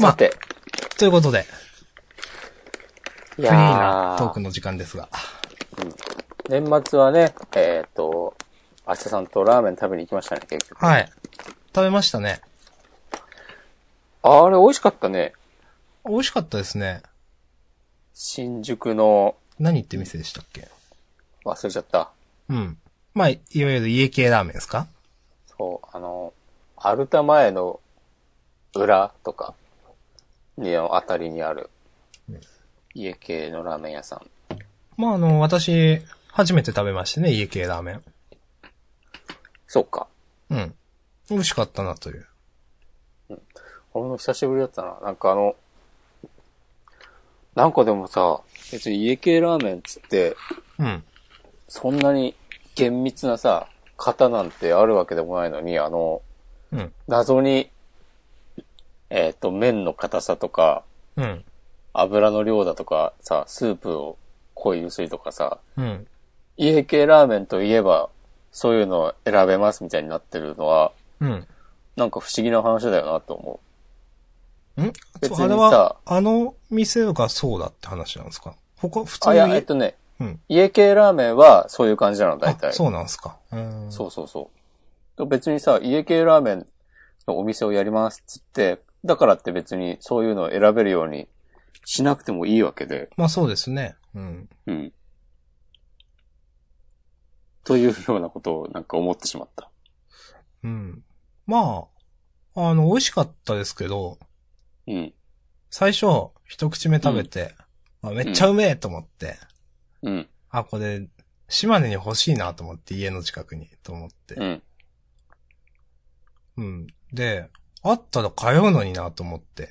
まあさて。ということで、いフリーなやトークーの時間ですが。年末はね、えっ、と、明日さんとラーメン食べに行きましたね、結局。はい。食べましたね。あれ、美味しかったね。美味しかったですね。新宿の、何って店でしたっけ忘れちゃった。うん。まあ、いわゆる家系ラーメンですかそう、あの、アルタ前の裏とか、にあたりにある、家系のラーメン屋さん。まあ、あの、私、初めて食べましてね、家系ラーメン。そうか。うん。美味しかったなという。俺も久しぶりだったな。なんかあの、なんかでもさ、別に家系ラーメンっつって、うん。そんなに厳密なさ、型なんてあるわけでもないのに、あの、うん。謎に、えっ、と、麺の硬さとか、うん。油の量だとかさ、スープを濃い薄いとかさ、うん。家系ラーメンといえば、そういうのを選べますみたいになってるのは、うん。なんか不思議な話だよなと思ん別にあされは、あの店がそうだって話なんですか他、普う。通あ、いに。や、えっとね、うん。家系ラーメンはそういう感じなの、大体。あそうなんですか。うん。そうそうそう。別にさ、家系ラーメンのお店をやりますっつって、だからって別にそういうのを選べるようにしなくてもいいわけで。まあそうですね。うん。うん。というようなことをなんか思ってしまった。うん。まあ、あの、美味しかったですけど、うん。最初、一口目食べて、あめっちゃうめえと思って、うん。あ、これ、島根に欲しいなと思って、家の近くに、と思って。うん。うん。で、あったら通うのになと思って。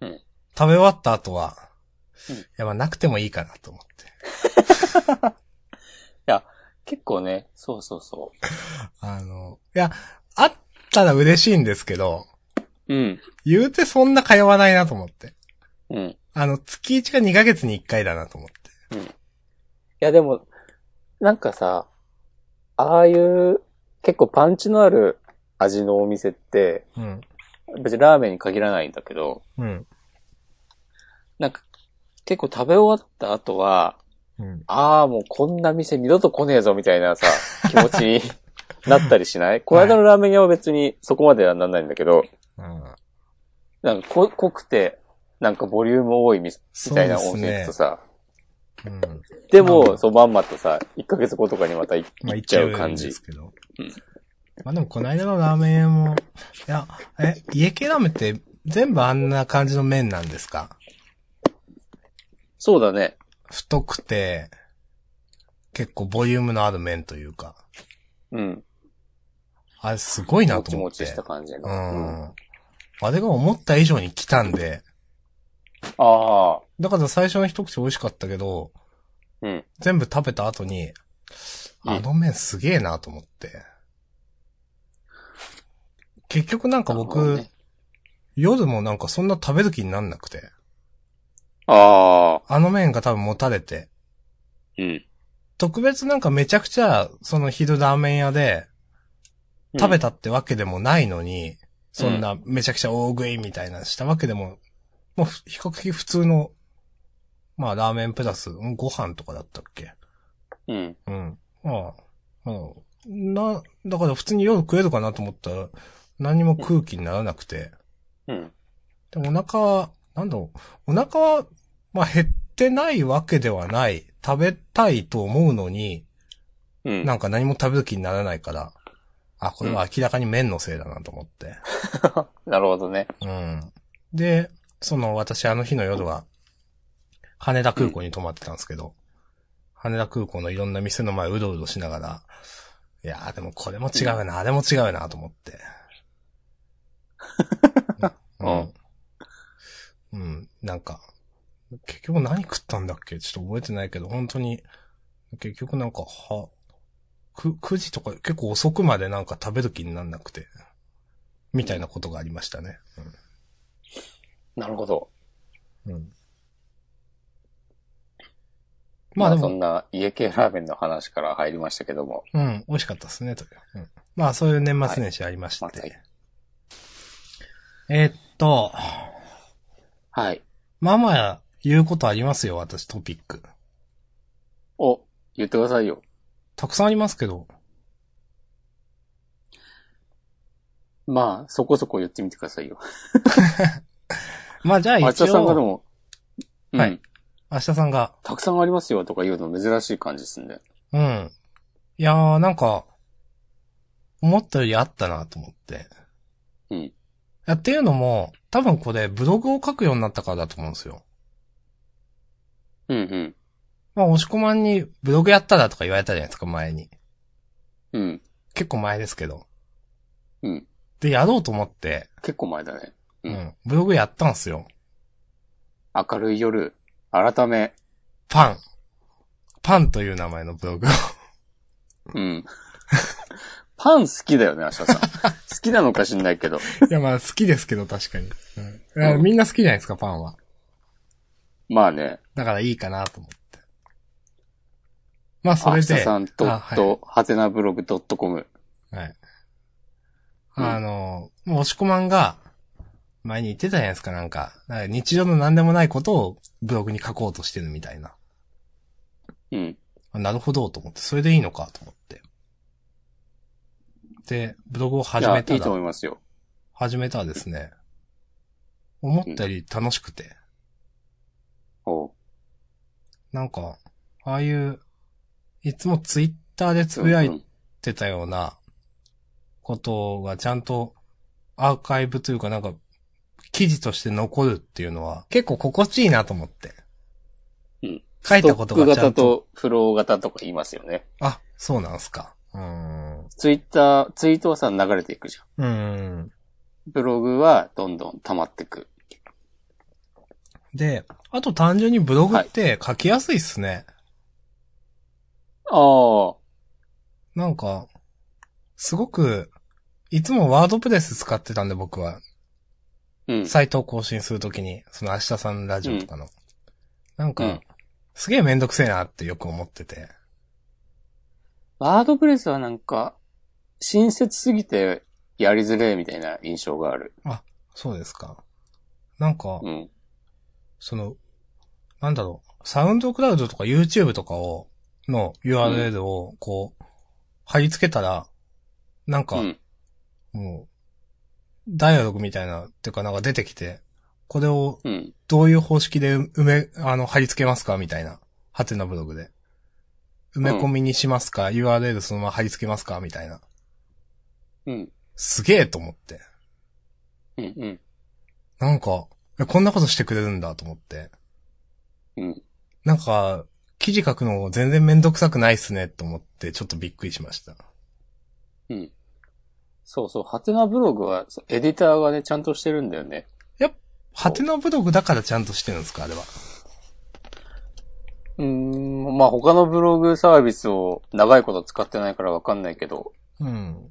うん食べ終わった後は、うんいや、まあなくてもいいかなと思って。結構ね、そうそうそあの、いや、あったら嬉しいんですけど、う。うん。言うてそんな通わないなと思って。うん。いあの、月1か2ヶ月に1回だなと思って。やでも、なんかさ、ああいう結構パンチのある味のお店って、うん。別にラーメンに限らないんだけど、うん。なんか、結構食べ終わった後は、うん。ああ、もうこんな店二度と来ねえぞみたいなさ、 気持ちになったりしないこの間のラーメン屋は別にそこまではなんないんだけど、うん。なんか濃濃くて、なんかボリューム多いみみたいなそう温ですね泉行くとさ、うん。でまあも、そうまんまとさ、1ヶ月後とかにまた行ま行あ、言っっちちゃゃうう感感じじで。すけどうん。まあでも、この間のラーメン屋も、いや、え、家系ラーメンって全部あんな感じの麺なんですかそうだね。太くて、結構ボリュームのある麺というか、うん。あれすごいなもとち思もっちて。した感じの。ううん、あん。あれが思った以上に来たんで、あ、だから最初の一口美味しかったけど、うん。全部食べた後に、うんあの麺すげえなと思って。結局なんかなるほ僕、どね夜もなんかそんな食べる気になんなくて、ああ、あの麺が多分持たれて、うん。特別なんかめちゃくちゃ、その昼ラーメン屋で食べた。たってわけでもないのに、そんなめちゃくちゃ大食いみたいなしたわけでも、もうふ比較的普通の、まあラーメンプラス、んご飯とかだったっけうん。うん。まあ、うん。な、だから普通に夜食えるかなと思ったら、何も空気にならなくて。うん。で、お腹は、なんだろう、お腹は、まあ減ってないわけではない。食べたいと思うのに、うん。なんか何も食べる気にならないから、あ、これは明らかに麺のせいだなと思って。なるほどね。うん。で、その私あの日の夜は、羽田空港に泊まってたんですけど、羽田空港のいろんな店の前うろうろしながら、いやーでもこれも違うな、あれも違うなと思 って。うん。うん、なんか、結局何食ったんだっけちょっと覚えてないけど、本当に、結局なんか、は、く、9時とか結構遅くまでなんか食べる気になんなくて、みたいなことがありましたね。うんなるほど。うんままああでそも、んな家系ラーメンの話から入りましたけども。うん、美味しかったですね、という。うん、まあそういう年末年始ありまして。はいまたえーっと、はい。まあまあ、言うことありますよ、私、トピック。お、言ってくださいよ。たくさんありますけど。まあ、そこそこ言ってみてくださいよ。まあじゃあ一応、あっちゃさんがでも、うんはい。明日さんが、たくさんありますよとか言うの珍しい感じですね。うん。いやー、なんか、思ったよりあったなと思って。うんいや。っていうのも、多分これ、ブログを書くようになったからだと思うんですよ。うんうん。まあ、押し込まんに、ブログやったらとか言われたじゃないですか、前に。うん。結構前ですけど。うん。で、やろうと思って、結構前だね。う。うんんブログやったんすよ。明るい夜、改め、パン。パンという名前のブログ を。 うん。パン好きだよね、アシャさん。好きなのか知んないけど。いや、まあ、好きですけど、確かに。うんいや。うんみんな好きじゃないですか、パンは。まあね、だからいいかなと思って。まあ、そアれシャで。さんドッあはいト、はてなブログドットコム。はい。うんあの、もう押し込まんが、前に言ってたじゃないですか、なんか。なんか日常の何でもないことをブログに書こうとしてるみたいな。うん。あなるほど、と思って。それでいいのか、と思って。で、ブログをい始や、めいたいとら、思いますよ。始めたらですね、思ったより楽しくて、おうなんか、ああいう、いつもツイッターでつぶやいうんってたようなことがちゃんとアーカイブというかなんか記事として残るっていうのは結構心地いいなと思って。うん。書いたことがスちトゃック型んと。とフロー型とか言いますよね。あ、そうなんすか。うーん。うツイッター、ツイートはさ、流れていくじゃん。ーん。ブログはどんどん溜まってく。で、あと単純にブログって書きやすいっすね。ああ、なんか、すごく、いつもワードプレス使ってたんで僕は、うん。サイトを更新するときに、その明日さんのラジオとかの。なんか、うんすげえめんどくせえなってよく思ってて。ワードプレスはなんか、親切すぎてやりづれえみたいな印象がある。そうですか。なんか、うん。その、なんだろう、サウンドクラウドとか YouTube とかを、の URL を、こう、貼り付けたら、なんうか、ん。もう、ダイアログみたいな、っていうかなんか出てきて、これをうん。どういう方式で埋め、あの、貼り付けますかみたいな。ハテナブログで。埋め込みにしますか、?URL そのまま貼り付けますかみたいな。うん。すげえと思って。うん。うん。なんか、えこんなことしてくれるんだと思って。うん。なんか、記事書くの全然めんどくさくないっすねと思って、ちょっとびっくりしました。うん。そうそう。ハテナブログは、そうエディターがね、ちゃんとしてるんだよね。ハテナブログだからちゃんとしてるんですかあれは。うーん。まあ、他のブログサービスを長いこと使ってないからわかんないけど、うん。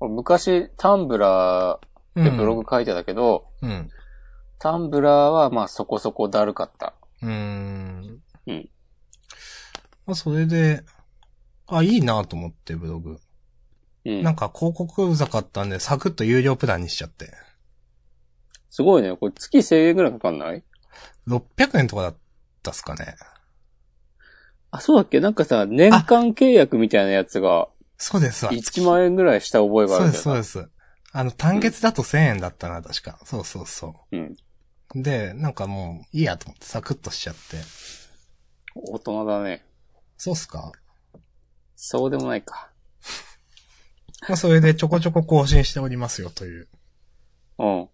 俺昔、タンブラうーんでブログ書いてたけど、うん。タンブラーはまあそこそこだるかった。うーん。うん。まあ、それで、あ、いいなと思って、ブログ。うんなんか広告うざかったんで、サクッと有料プランにしちゃって。すごいね。これ月1000円ぐらいかかんない600円とかだったっすかね。あ、そうだっけなんかさ、年間契約みたいなやつが、そうですわ。 1万円ぐらいした覚えがあそうるんだです、よそうな。です。あの、単月だと1000円だったな、確か。そうそうそうん。う。で、なんかもう、いいやと思って、サクッとしちゃって。大人だね。そうっすかそうでもないか。まあ、それでちょこちょこ更新しておりますよ、という。うん。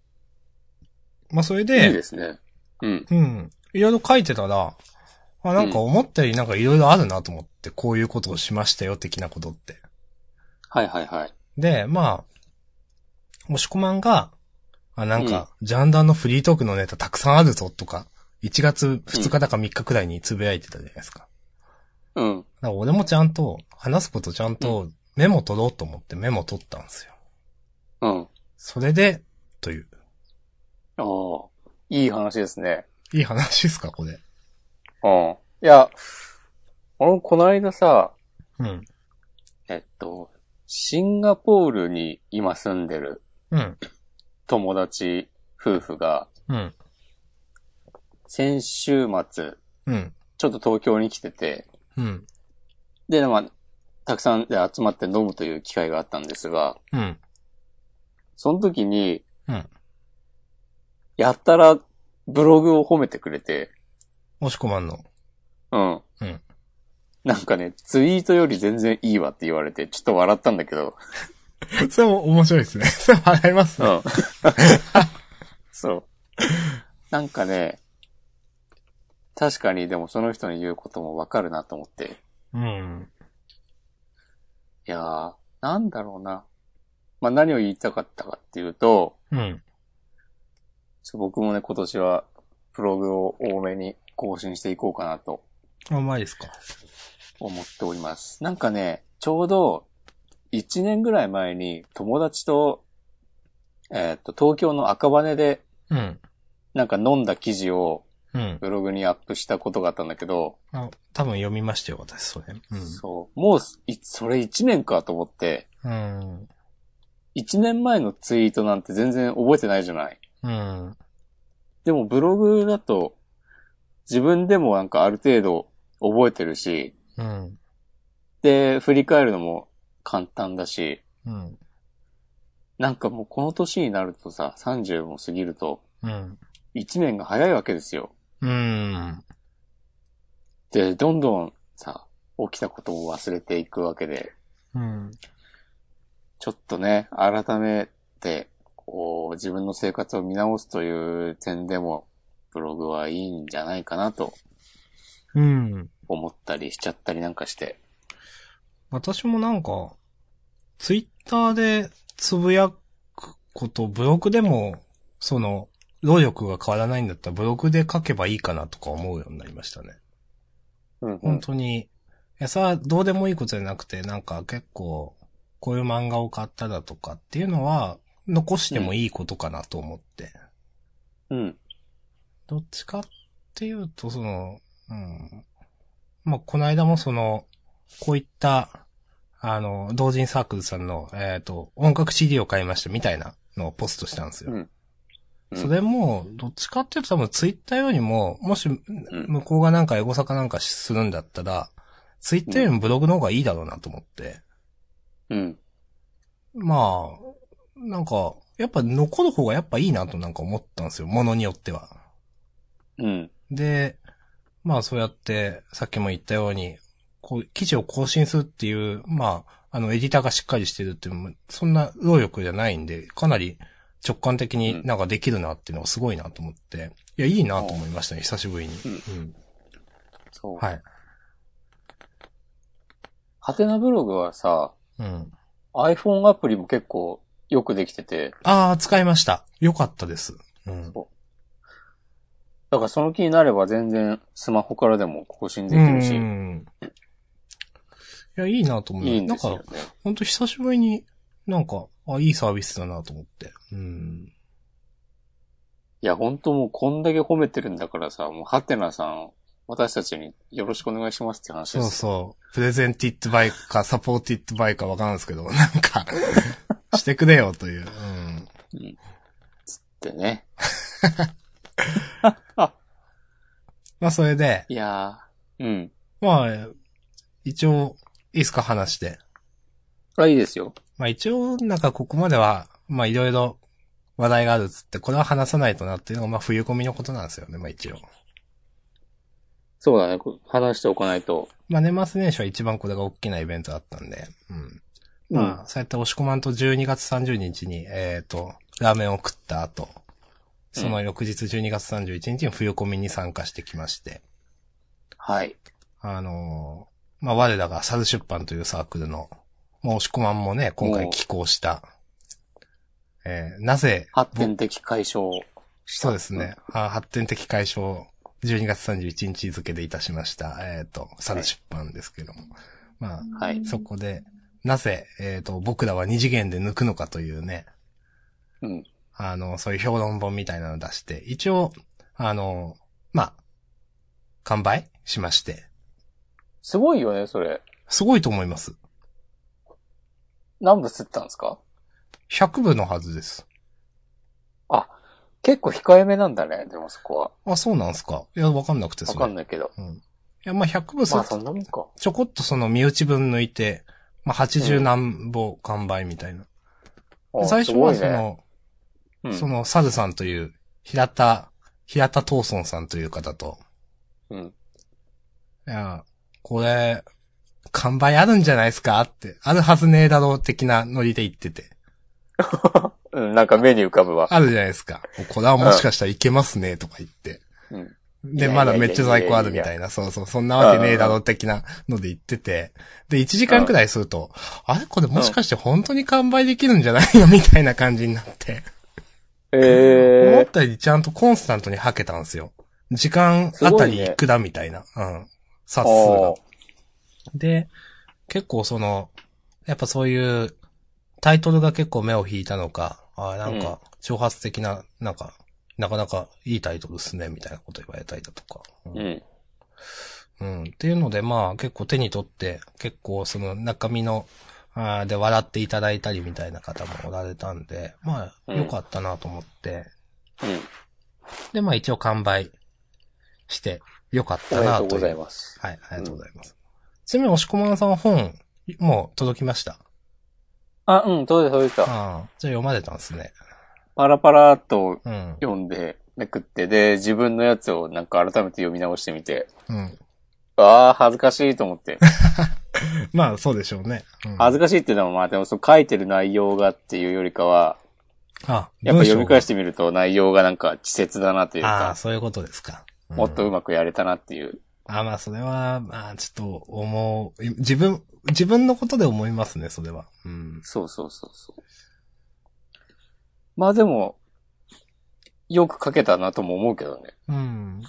まあ、それいで、いですね。うん。うん。いろいろ書いてたら、あ、なんか思ったよりなんかいろいろあるなと思って、こういうことをしましたよ、的なことって。はいはいはい。で、まあ、もしこまんが、あ、なんか、ジャンダーのフリートークのネタたくさんあるぞ、とか、1月2日だか3日くらいにつぶやいてたじゃないですか。うん。だから俺もちゃんと、話すことちゃんとメモ取ろうと思ってメモ取ったんですよ。うん。それで、という。おーいい話ですね。いい話ですか、これ。うん。いや、俺もこの間さ、うん。えっと、シンガポールに今住んでるうん。友達夫婦が、うん。先週末、うん。ちょっと東京に来てて、うん。で、まあ、たくさんで集まって飲むという機会があったんですが、うん。その時に、うんやったらブログを褒めてくれて、押し込まんの。うん。うんなんかね、ツイートより全然いいわって言われて、ちょっと笑ったんだけど、 それも面白いですね。 それも笑いますうね。ん。 そう。なんかね、確かにでもその人に言うこともわかるなと思って、うん。いやー、なんだろうな。まあ、何を言いたかったかっていうと、うん。ちょっと僕もね、今年は、ブログを多めに更新していこうかなとあ、うまいですか。思っております。なんかね、ちょうど、1年ぐらい前に友達と、えーっと、東京の赤羽で、うん。なんか飲んだ記事をうん。ブログにアップしたことがあったんだけど、あ、多分読みましたよ、私、それ。うそう、もうす、いそれ1年かと思って、ん。うん。 1年前のツイートなんて全然覚えてないじゃない。うん。でもブログだと、自分でもなんかある程度覚えてるし、うん。で、振り返るのも簡単だし、うん。なんかもうこの年になるとさ、30も過ぎると、うん。 1年が早いわけですよ。うん。で、どんどんさ、起きたことを忘れていくわけで、うん。ちょっとね、改めて、こう、自分の生活を見直すという点でも、ブログはいいんじゃないかなとうん。思ったりしちゃったりなんかして。私もなんか、ツイッターでつぶやくこと、ブログでも、その、労力が変わらないんだったらブログで書けばいいかなとか思うようになりましたね。うんう本ん。当に、いや、さあ、どうでもいいことじゃなくて、なんか結構、こういう漫画を買っただとかっていうのは、残してもいいことかなと思って。うん。どっちかっていうと、その、うん。まあ、この間もその、こういった、あの、同人サークルさんの、えっ、と、音楽 CD を買いましたみたいなのをポストしたんですよ。うんうんそれも、どっちかっていうと多分ツイッターよりも、もし、向こうがなんかエゴサかなんかするんだったら、ツイッターよりもブログの方がいいだろうなと思って。うん。まあ、なんか、やっぱ残る方がやっぱいいなとなんか思ったんですよ。ものによっては。うん。で、まあそうやって、さっきも言ったように、こう、記事を更新するっていう、まあ、あの、エディターがしっかりしてるっていうのも、そんな労力じゃないんで、かなり直感的になんかできるなっていうのがすごいなと思って、いや、いいなと思いましたね、久しぶりに。うん。そう。はい。ハテナブログはさ、うん。 iPhone アプリも結構よくできてて、ああ、使いました。よかったです。うん。だからその気になれば全然スマホからでも更新できるしう、んいや、いいなと思う。いいんなでんすよねか、。ほんと久しぶりに、なんか、あ、いいサービスだなと思って。うん。いや、本当もうこんだけ褒めてるんだからさ、もうハテナさん、私たちによろしくお願いしますって話でそうす。そう。プレゼンティッドバイか、サポーティッドバイかわからんですけど、 なんか、してくれよという。うん。でね。まあ、それで、いやー、うん。まあ、一応、いいですか、話で。これはいいですよ。まあ一応、なんかここまでは、まあいろいろ話題があるっつって、これは話さないとなっていうのが、まあ冬込みのことなんですよね、まあ一応。そうだね。こ話しておかないと。まあ年末年始は一番これが大きなイベントだったんで、うん。うんまあ、そうやって押し込まんと12月30日に、えっ、と、ラーメンを食った後、その翌日12月31日に冬コミに参加してきまして、はい。あのーまあ我らがサル出版というサークルの、まあ押し込まんもね、今回寄稿した、えーなぜ、発展的解消。そうですね。あ発展的解消を12月31日付でいたしました。えっ、と、サル出版ですけども。まあ、はい。そこで、なぜ、えっ、と、僕らは二次元で抜くのかというね、うん。あの、そういう評論本みたいなの出して、一応、あの、まあ、完売しまして、すごいよね、それ。すごいと思います。何部吸ったんですか100部のはずです。あ、結構控えめなんだね、でもそこは。あ、そうなんすかいや、わかんなくてわそれ。かんないけど。うん。いや、まあ、100部まそあそんなもんか。ちょこっとその身内分抜いて、まあ、80何本完売みたいな。あ最初はそ、の、すごいねその、サルさんという、平田、平田トーソンさんという方と、うん。うん。いや、これ、完売あるんじゃないですかって、あるはずねえだろう的なノリで言ってて。うん、なんか目に浮かぶわ。あるじゃないですか。これはもしかしたらいけますね、とか言って。うん。いで、やまだめっちゃ在庫あるみたいな、そうそう、そんなわけねえだろ、的なので言ってて。で、1時間くらいすると、あれこれもしかして本当に完売できるんじゃない のみたいな感じになって。思っええたよりちゃんとコンスタントに吐けたんですよ。時間あたりいくらみたいな、うん。ー。冊数がお。で、結構その、やっぱそういう、タイトルが結構目を引いたのか、ああ、なんうんか、挑発的な、なんか、なかなかいいタイトルですね、みたいなこと言われたりだとか。ううん。うん。っていうので、まあ、結構手に取って、結構その中身の、あーで笑っていただいたりみたいな方もおられたんで、まあ、うん良かったなと思って。うん。で、まあ一応完売して、良かっおためでなととういう。ございます。はい、ありがとうございます。ちなみに、押し込まんさん本、もう届きました。あ、うん、そうです、そうです。ああ、じゃあ読まれたんですね。パラパラっとうん。読んで、めくって、で、自分のやつをなんか改めて読み直してみて、うん。ああ、恥ずかしいと思 って。まあ、そうでしょうね。うん、恥ずかしいっていうのは、まあでも、そう書いてる内容がっていうよりかは、あ、やっぱ読み返しててみると内容がなんか稚拙だなというああ、か、そういうことですか。うんもっとうまくやれたなっていう。あまあ、それは、まあ、ちょっと思う、自分、自分のことで思いますね、それは。うん。そうそうそうそう。まあでも、よく書けたなとも思うけどね。うん。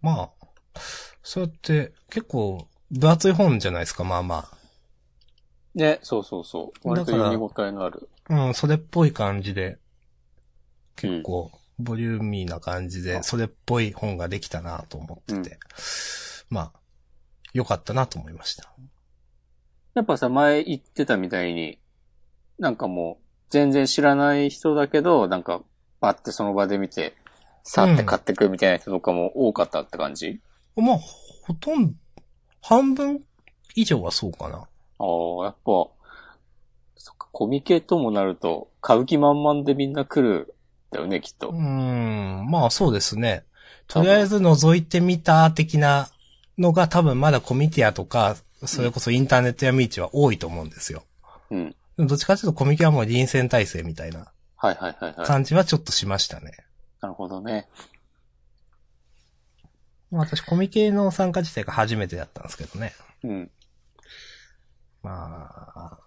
まあ、そうやって、結構、分厚い本じゃないですか、まあまね、そうそうそう。割とだから読み応えのある。あ。うん、それっぽい感じで、うん結構、ボリューミーな感じで、あそれっぽい本ができたなと思ってて、まあ、良かったなと思いました。やっぱさ、前言ってたみたいに、なんかもう、全然知らない人だけど、なんか、パってその場で見て、さって買ってくみたいな人とかも多かったって感じ、まあ、ほとんど、半分以上はそうかな。ああ、やっぱ、そっか、コミケともなると、買う気満々でみんな来る、だよね、きっと。うーん、まあそうですね。とりあえず覗いてみた的なのが多分まだコミティアとか、それこそインターネットやミーチは多いと思うんですよ。うん。でもどっちかというとコミケはもう臨戦体制みたいなはいはいはいはい。感じはちょっとしましたね。なるほどね。まあ私コミケの参加自体が初めてだったんですけどね。うん。まあ、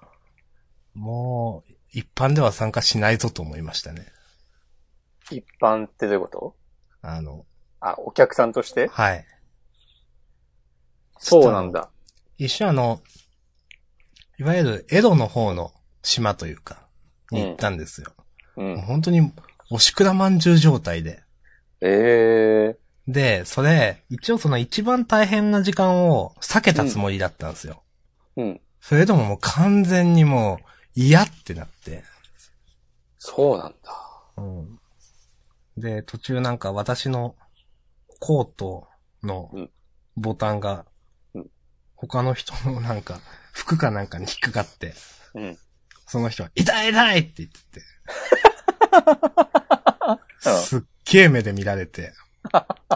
もう一般では参加しないぞと思いましたね。一般ってどういうことあの、あ、お客さんとしてはい。そうなんだ。一緒あの、いわゆる江戸の方の島というか、に行ったんですよ。う。もうん本当に、おしくらまんじゅう状態で。ええで、それ、一応その一番大変な時間を避けたつもりだったんですよ。うん。それでももう完全にもう、嫌ってなって。そうなんだ。で、途中なんか私のコートのうんボタンがうん、他の人のなんか、服かなんかに引っかかって、うん。その人は、痛い痛いって言っ てて。すっげえ目で見られ て、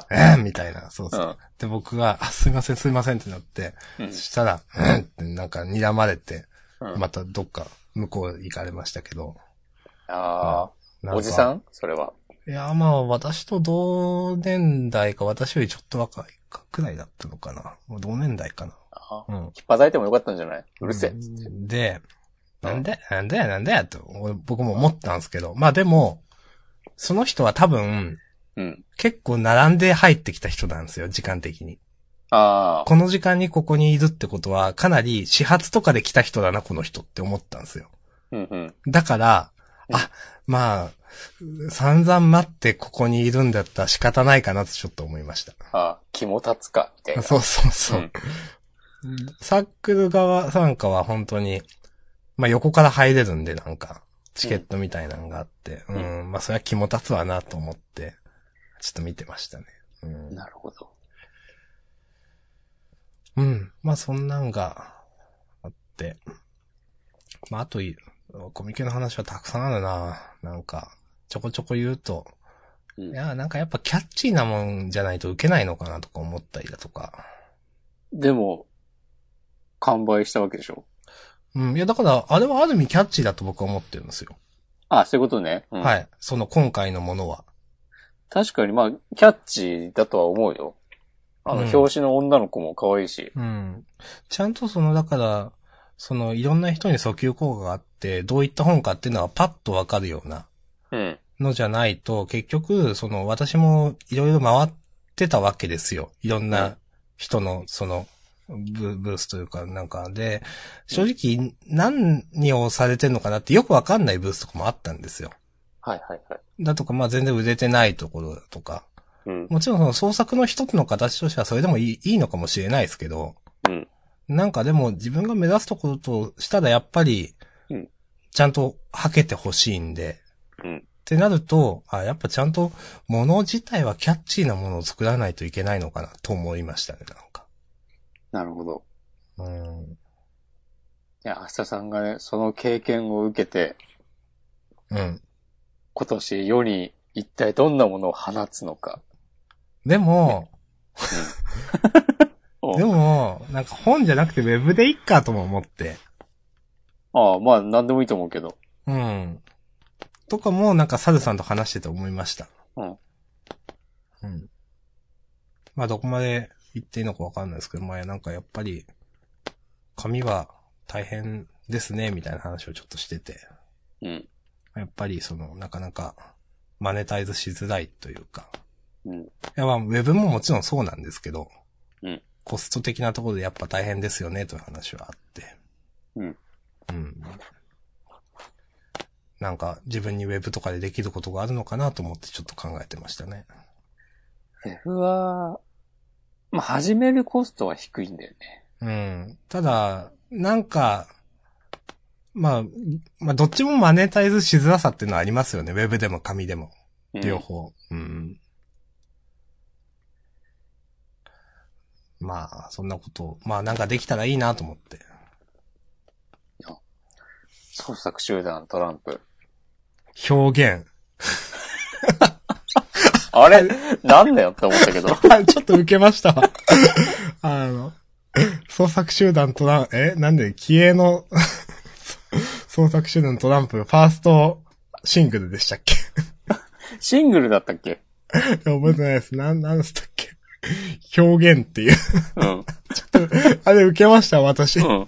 えーみたいな、そうそう。で、僕が、あすいません、すいませんってなって、うん。そしたら、うんってなんか睨まれて、うん。またどっか向こう行かれましたけど。あなあ、かおじさんそれは。いや、まあ、私と同年代か、私よりちょっと若いかくらいだったのかな。もう同年代かな。あうん。引っ張られてもよかったんじゃないうるせえ。で、なんで、なんだよ、なんだよ、と、俺僕も思ったんですけど。まあでも、その人は多分、うん。結構並んで入ってきた人なんですよ、時間的に。ああ、この時間にここにいるってことは、かなり始発とかで来た人だな、この人って思ったんですよ。うんうん。だから、うんあ、まあ、散々待ってここにいるんだったら仕方ないかなとちょっと思いました。ああ、肝立つか、みたいな。そうそうそう。うんサークル側参加は本当に、まあ横から入れるんで、なんか、チケットみたいなのがあって、うん、まあそれは肝立つわなと思って、ちょっと見てましたね。うん。なるほど。うん。まあそんなんがあって。まああとい、コミケの話はたくさんあるな。なんか、ちょこちょこ言うと、ういん、や、なんかやっぱキャッチーなもんじゃないと受けないのかなとか思ったりだとか。でも、完売したわけでしょうん。いや、だから、あれはある意味キャッチーだと僕は思ってるんですよ。あ、そういうことね。うん、はい。その今回のものは。確かに、まあ、キャッチーだとは思うよ。あの、うん表紙の女の子も可愛いし。うん。ちゃんとその、だから、その、いろんな人に訴求効果があって、どういった本かっていうのはパッとわかるようなうん。のじゃないと、結局、その、私もいろいろ回ってたわけですよ。いろんうんな人の、その、ブブースというか、なんかで、正直、何をされてんのかなってよくわかんないブースとかもあったんですよ。はいはいはい。だとか、まあ全然売れてないところだとか。うん。もちろんその創作の一つの形としてはそれでもいいいいのかもしれないですけど、うん。なんかでも自分が目指すところとしたらやっぱりうん、ちゃんと履けてほしいんで、うんってなると、あ、やっぱちゃんと物自体はキャッチーなものを作らないといけないのかなと思いましたね、なんか。なるほど。うん。いや、明日さんがね、その経験を受けて、うん。今年世に一体どんなものを放つのか。でも、お でも、なんか本じゃなくてウェブでいっかとも思って。ああ、まあ、なんでもいいと思うけど。うん。とかもなんかサルさんと話してて思いました。うん。うん。まあどこまで言っていいのかわかんないですけど、まあなんかやっぱり、紙は大変ですね、みたいな話をちょっとしてて。うん。やっぱりその、なかなか、マネタイズしづらいというか。うん。いやまあ、ウェブももちろんそうなんですけど、うんコスト的なところでやっぱ大変ですよね、という話はあって。うん。うん。なんか、自分にウェブとかでできることがあるのかなと思ってちょっと考えてましたね。ウェブは、まあ、始めるコストは低いんだよね。うん。ただ、なんか、まあ、まあ、どっちもマネタイズしづらさっていうのはありますよね。ウェブでも紙でも。うん両方。うん。まあ、そんなことを、まあなんかできたらいいなと思って。創作集団トランプ。表現。 あれなんだよって思ったけど。あちょっと受けましたわ。 あの、創作集団トラン、えなんで、気鋭の 創作集団トランプ、ファーストシングルでしたっけ シングルだったっけいや覚えてないです。なん、なんでしたっけ表現っていう。うん。あれ受けました、私。うん。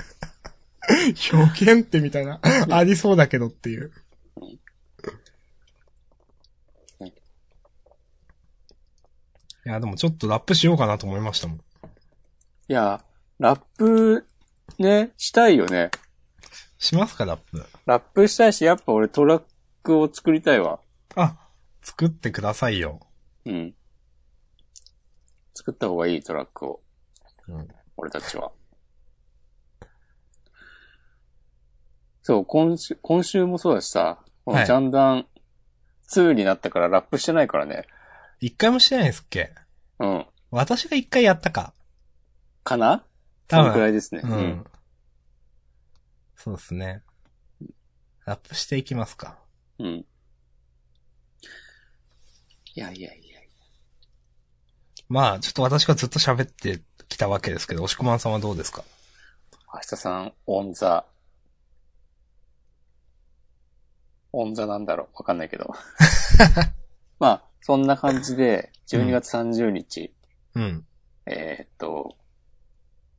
表現ってみたいな、ありそうだけどっていう。うんいや、でもちょっとラップしようかなと思いましたもん。いや、ラップ、ね、したいよね。しますか、ラップ。ラップしたいし、やっぱ俺トラックを作りたいわ。あ、作ってくださいよ。うん。作った方がいいトラックを。うん俺たちは。そう、今週、今週もそうだしさ、こはのいジャンダン2になったからラップしてないからね。一回もしてないんですっけうん。私が一回やったか。かなその多くら分。いですね。うん。。そうですね。ラップしていきますか。うん。いやいやいや。まあ、ちょっと私がずっと喋ってきたわけですけど、押し込まんさんはどうですか明日さん、オンザ。オンザなんだろうわかんないけ ど。まあ、そんな感じで、12月30日、うん。えーっと、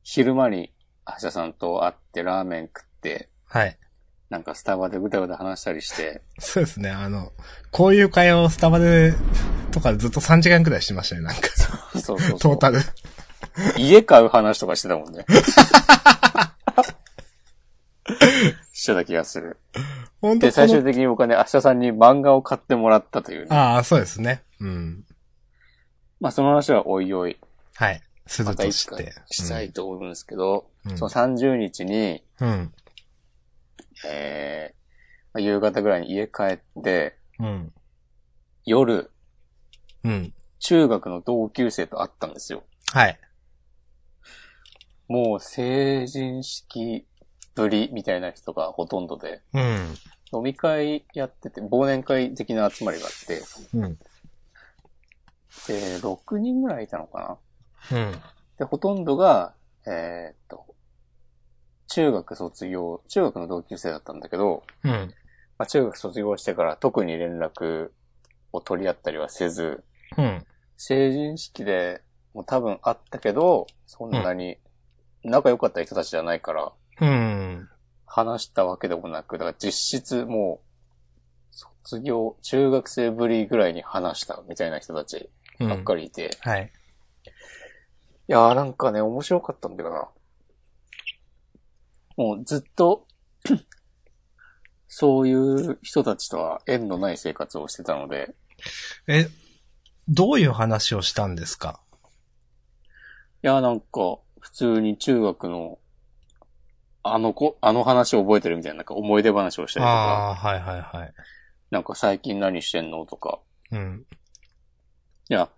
昼間に明日さんと会ってラーメン食って、はい。なんかスタバでぐだぐだ話したり して、そうですね、あの、こういう会話をスタバで、とかずっと3時間くらいしてましたね、なんか、そうそうトそーう。タル。家買う話とかしてたもん ね。してた気がする。本当で、最終的に僕はね、明日さんに漫画を買ってもらったというね。ああ、そうですね。うん。まあ、その話はおいおい、はい。すまるたといつしかて。したいと思うんですけど、うんその30日に、うん。えまあ夕方ぐらいに家帰って、うん。夜、うん。中学の同級生と会ったんですよ。はい。もう成人式ぶりみたいな人がほとんどで、うん。飲み会やってて、忘年会的な集まりがあって、うん。で、6人ぐらいいたのかなうん。で、ほとんどが、えーっと、中学卒業、中学の同級生だったんだけど、うん。まあ、中学卒業してから特に連絡を取り合ったりはせず、うん。成人式でもう多分あったけど、そんなに仲良かった人たちじゃないから、うん。話したわけでもなく、だから実質もう、卒業、中学生ぶりぐらいに話したみたいな人たちうん。ばっかりいて、いはい。やーなんかね、面白かったんだけどな。もうずっと、 そういう人たちとは縁のない生活をしてたので、え、どういう話をしたんですかいや、なんか、普通に中学の、あの子、あの話を覚えてるみたいな、なんか思い出話をしたりとか、ああ、はいはいはい。なんか最近何してんのとか。うん。いや、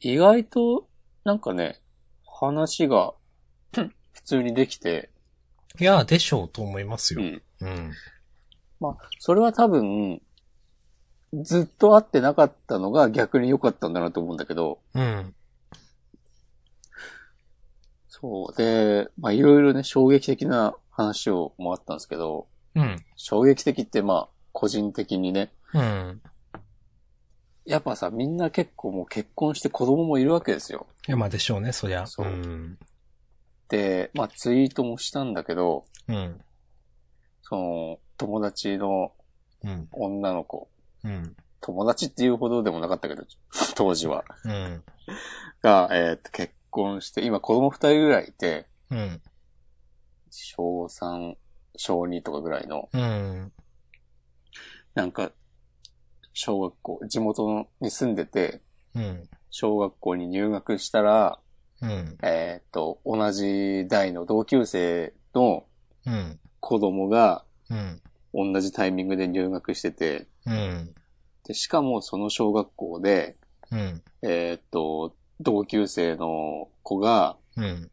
意外と、なんかね、話が、 普通にできて、いや、でしょうと思いますうよ。ん。うん。まあ、それは多分、ずっと会ってなかったのが逆に良かったんだなと思うんだけど、うん。そう。で、まあいろいろね、衝撃的な話をもあったんですけど、うん。衝撃的ってまあ、個人的にね、うん。やっぱさ、みんな結構もう結婚して子供もいるわけですよ。いや、まあでしょうね、そりゃ。。そうんで、まあツイートもしたんだけど、うん。その、友達のうん。女の子、うん。友達っていうほどでもなかったけど、当時は。うん。が、えーっと、結婚して、今子供二人ぐらいいて、うん。小3、小2とかぐらいの、うん。なんか、小学校、地元に住んでて、うん。小学校に入学したら、うん。えーっと、同じ代の同級生のうん。子供が、うん。同じタイミングで入学してて、うん。で、しかもその小学校で、うん。えーっと、同級生の子がうん。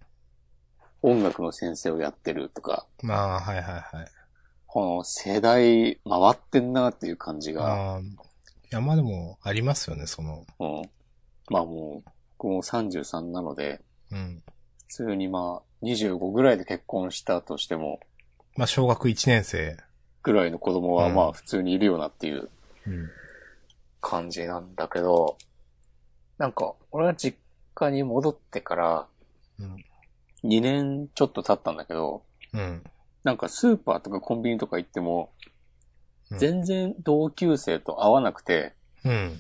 音楽の先生をやってるとか、まあ、はいはいはい。この世代回ってんなっていう感じが、ああ。いや、まあでも、ありますよね、その。うん、まあもう、僕も33なので、うん。普通にまあ25ぐらいで結婚したとしても、まあ、小学1年生。ぐらいの子供はうんまあ普通にいるよなっていううん。感じなんだけど、なんか、俺は実家に戻ってからうん。 2年ちょっと経ったんだけど、うん。なんかスーパーとかコンビニとか行ってもう、ん全然同級生と会わなくて、うん。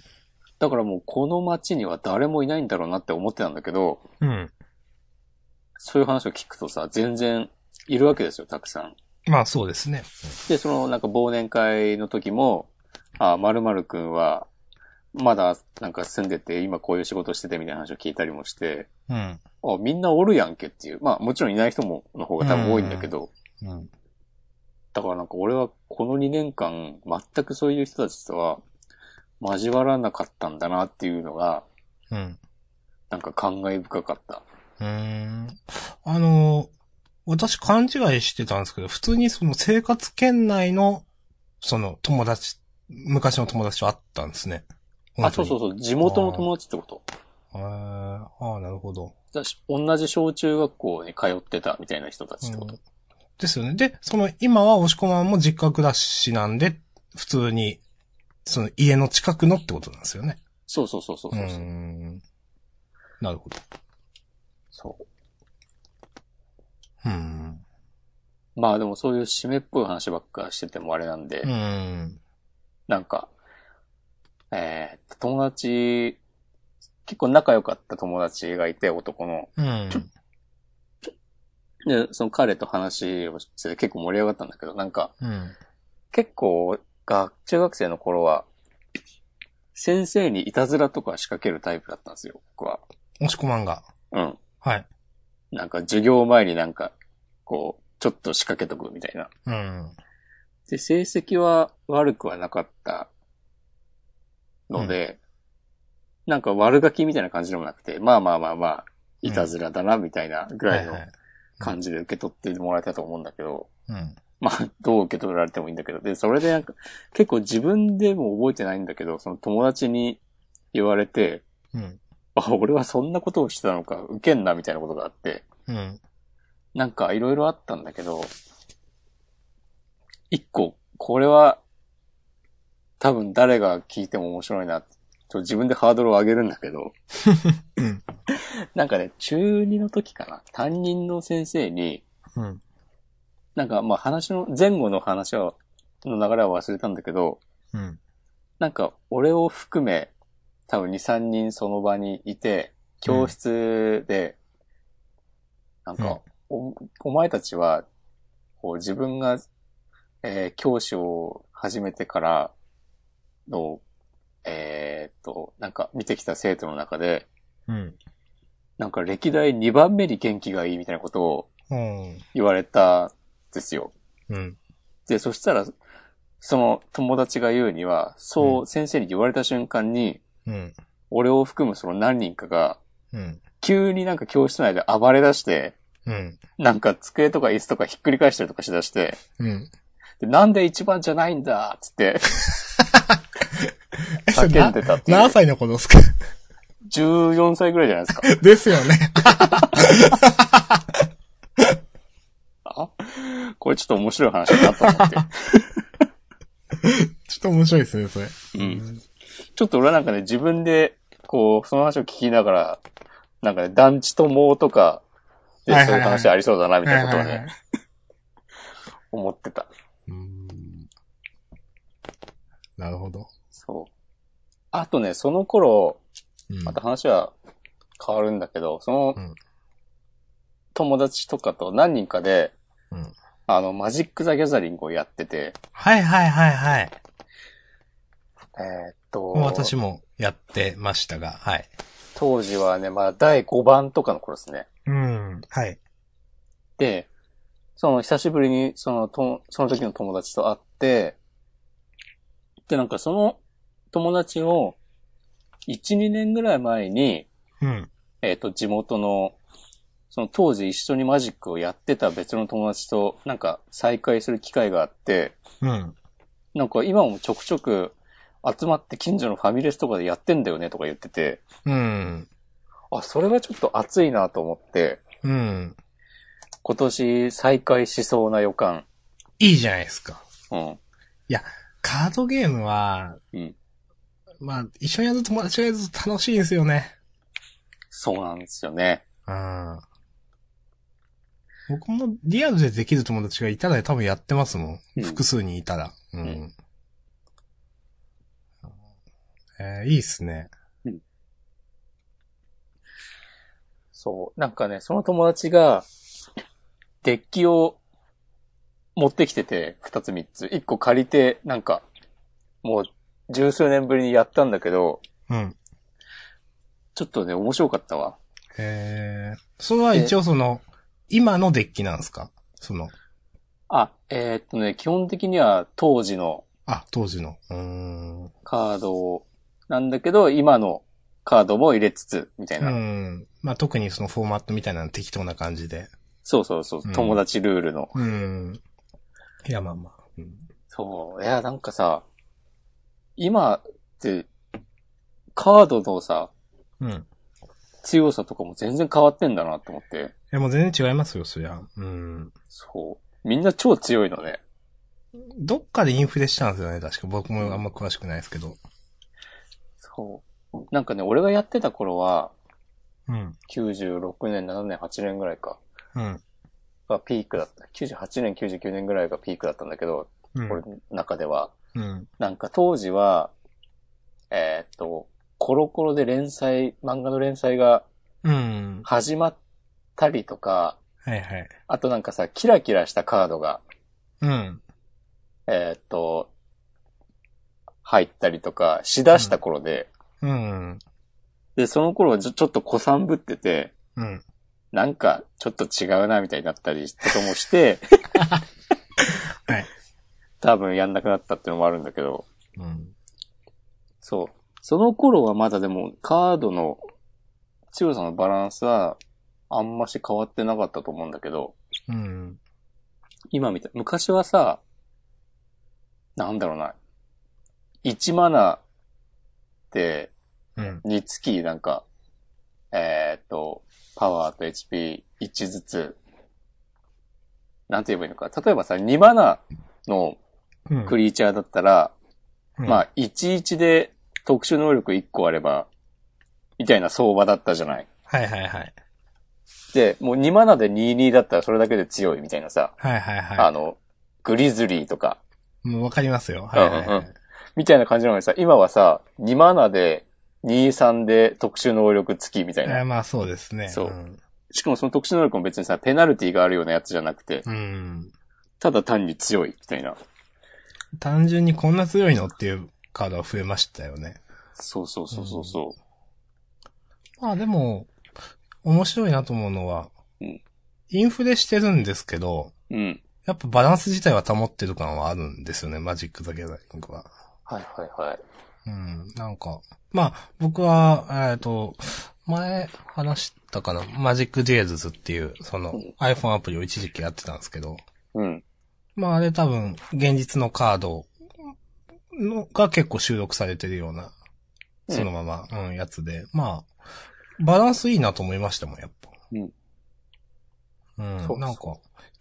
だからもうこの街には誰もいないんだろうなって思ってたんだけど、うん。そういう話を聞くとさ、全然いるわけですよ、たくさん。まあ、そうですね。で、そのなんか忘年会の時も、あ、まるくんは、まだなんか住んでて、今こういう仕事しててみたいな話を聞いたりもして、うん。あ、みんなおるやんけっていう。まあもちろんいない人も、の方が多分多いんだけど、うん。だからなんか俺はこの2年間全くそういう人たちとは交わらなかったんだなっていうのがうん。なんか感慨深かった。うーん。あの、私勘違いしてたんですけど、普通にその生活圏内の、その友達、昔の友達と会ったんですね。あ、そうそうう。そう、地元の友達ってこと。へーああ、なるほど。だし同じ小中学校に通ってたみたいな人たちってこと。うんですよね。で、その今は押し込まんも実家暮らしなんで、普通に、その家の近くのってことなんですよね。そうそうそうそううそうーそう。ん。なるほど。そううーん。まあでもそういう締めっぽい話ばっかしててもあれなんで、うーん。なんか、えーっと、友達、結構仲良かった友達がいて、男の。うん。で、その彼と話をしてて結構盛り上がったんだけど、なんか、うん。結構、が、中学生の頃は、先生にいたずらとか仕掛けるタイプだったんですよ、僕は。押し込まんが。うん。はい。なんか、授業前になんか、こう、ちょっと仕掛けとくみたいな。うん。で、成績は悪くはなかったので、なんか悪ガキみたいな感じでもなくて、まあまあまあまあ、いたずらだな、みたいなぐらいのはいはい感じで受け取ってもらえたと思うんだけど、うん。まあ、どう受け取られてもいいんだけど。で、それでなんか、結構自分でも覚えてないんだけど、その友達に言われて、うん。あ、俺はそんなことをしてたのか、受けんな、みたいなことがあって、うん。なんかいろいろあったんだけど、一個、これは、多分誰が聞いても面白いな、と自分でハードルを上げるんだけどうん、なんかね、中2の時かな、担任の先生に、うん。なんかまあ話の、前後の話は、の流れは忘れたんだけど、うん。なんか、俺を含め、多分2、3人その場にいて、教室で、なんか、お、お前たちは、こう自分が、えー教師を始めてからの、えーっと、なんか見てきた生徒の中で、うん。なんか歴代2番目に元気がいいみたいなことをうん。言われたんですよ。うん。で、そしたら、その友達が言うには、そう先生に言われた瞬間に、うん。俺を含むその何人かが、うん。急になんか教室内で暴れ出して、うん。なんか机とか椅子とかひっくり返したりとかしだして、うん。でなんで一番じゃないんだっつって、 え、そ叫んれなでたっていう何歳の子ですか14歳ぐらいじゃないですか。ですよね。あこれちょっと面白い話だなと思って。 ちょっと面白いですね、それ。うん。ちょっと俺はなんかね、自分で、こう、その話を聞きながら、なんかね、団地と網とか、で、はいはいそうはいいう話ありそうだな、みたいなことをはいはいはねい、思ってた。うんなるほど。そう。あとね、その頃、うんまた話は変わるんだけど、そのうん、友達とかと何人かで、うんあの、マジック・ザ・ギャザリングをやってて、はいはいはいはい。えーっと、私もやってましたが、はい。当時はね、まあ、第5番とかの頃ですね。うん。はい。で、その、久しぶりに、その、と、その時の友達と会って、で、なんかその友達を、1、2年ぐらい前に、うん。えっ、と、地元の、その当時一緒にマジックをやってた別の友達と、なんか再会する機会があって、うん。なんか今もちょくちょく集まって近所のファミレスとかでやってんだよねとか言ってて、うん。あ、それはちょっと熱いなと思って、うん。今年再会しそうな予感。いいじゃないですか。うん。カードゲームは、うんまあ、一緒にやると友達がやると楽しいですよね。そうなんですよね。うん。僕もリアルでできる友達がいたら多分やってますもん。うん複数にいたら。うん。うんえーいいっすね。そう。なんかね、その友達が、デッキを持ってきてて、二つ三つ。一個借りて、なんか、もう十数年ぶりにやったんだけど、うん。ちょっとね、面白かったわ。えー、それは一応その、今のデッキなんですかその、あ、えーっとね、基本的には当時のあ、当時の。うーん。うカードを、なんだけど、今のカードも入れつつ、みたいな。ん。まあ、特にそのフォーマットみたいなの適当な感じで。そうそうそう、うん友達ルールの。うん。いや、まあまあ。うんそう。いや、なんかさ、今って、カードのさ、うん。い強さとかも全然変わってんだなって思って。や、もう全然違いますよ、そりゃ。うん。そう。みんな超強いのね。どっかでインフレしたんですよね、確か。僕もあんま詳しくないですけど。そう。なんかね、俺がやってた頃は、うん。 96年、7年、8年ぐらいか、うん。がピークだった。98年、99年ぐらいがピークだったんだけど、うん。俺の中では。うん。なんか当時は、えーっと、コロコロで連載、漫画の連載がうん。始まったりとか、はいはい。あとなんかさ、キラキラしたカードが、うん。えーっと、入ったりとかしだした頃で、うん。で、その頃はちょちょっと子さんぶってて、うん。なんかちょっと違うなみたいになったりとかもして、はい多分やんなくなったっていうのもあるんだけど、うん。そう。その頃はまだでもカードの強さのバランスはあんまし変わってなかったと思うんだけど、うん。今みたい、昔はさ、なんだろうな、1マナでうん。につきなんか、えーっと、パワーと HP1 ずつ、なんて言えばいいのか。例えばさ、2マナのうん。クリーチャーだったら、うんまあ、11で特殊能力1個あれば、みたいな相場だったじゃない。はいはいはい。で、もう2マナで22だったらそれだけで強いみたいなさ、はいはいはあの、グリズリーとか、い。もうわかりますよ。はいはいはうんうんい。みたいな感じなのにさ、今はさ、2マナで23で特殊能力付きみたいえーな。まあそうですね。。そうんしかもその特殊能力も別にさ、ペナルティがあるようなやつじゃなくて、うん。ただ単に強いみたいな。単純にこんな強いのっていうカードは増えましたよね。そうそうそうそうそまあでも、面白いなと思うのはうん、インフレしてるんですけど、う。うん。やっぱバランス自体は保ってる感はあるんですよね、マジック・ザ・ギャザリングは。はいはいはい。うん、なんか。まあ、僕は、えっと、前話したかな、マジック・デュエルズっていう、そのうん iPhone アプリを一時期やってたんですけど、うん。まああれ多分、現実のカードのが結構収録されてるような、うんそのまま、うん、やつで、まあ、バランスいいなと思いましたもん、やっぱ。うん。うん、そうそうなんか、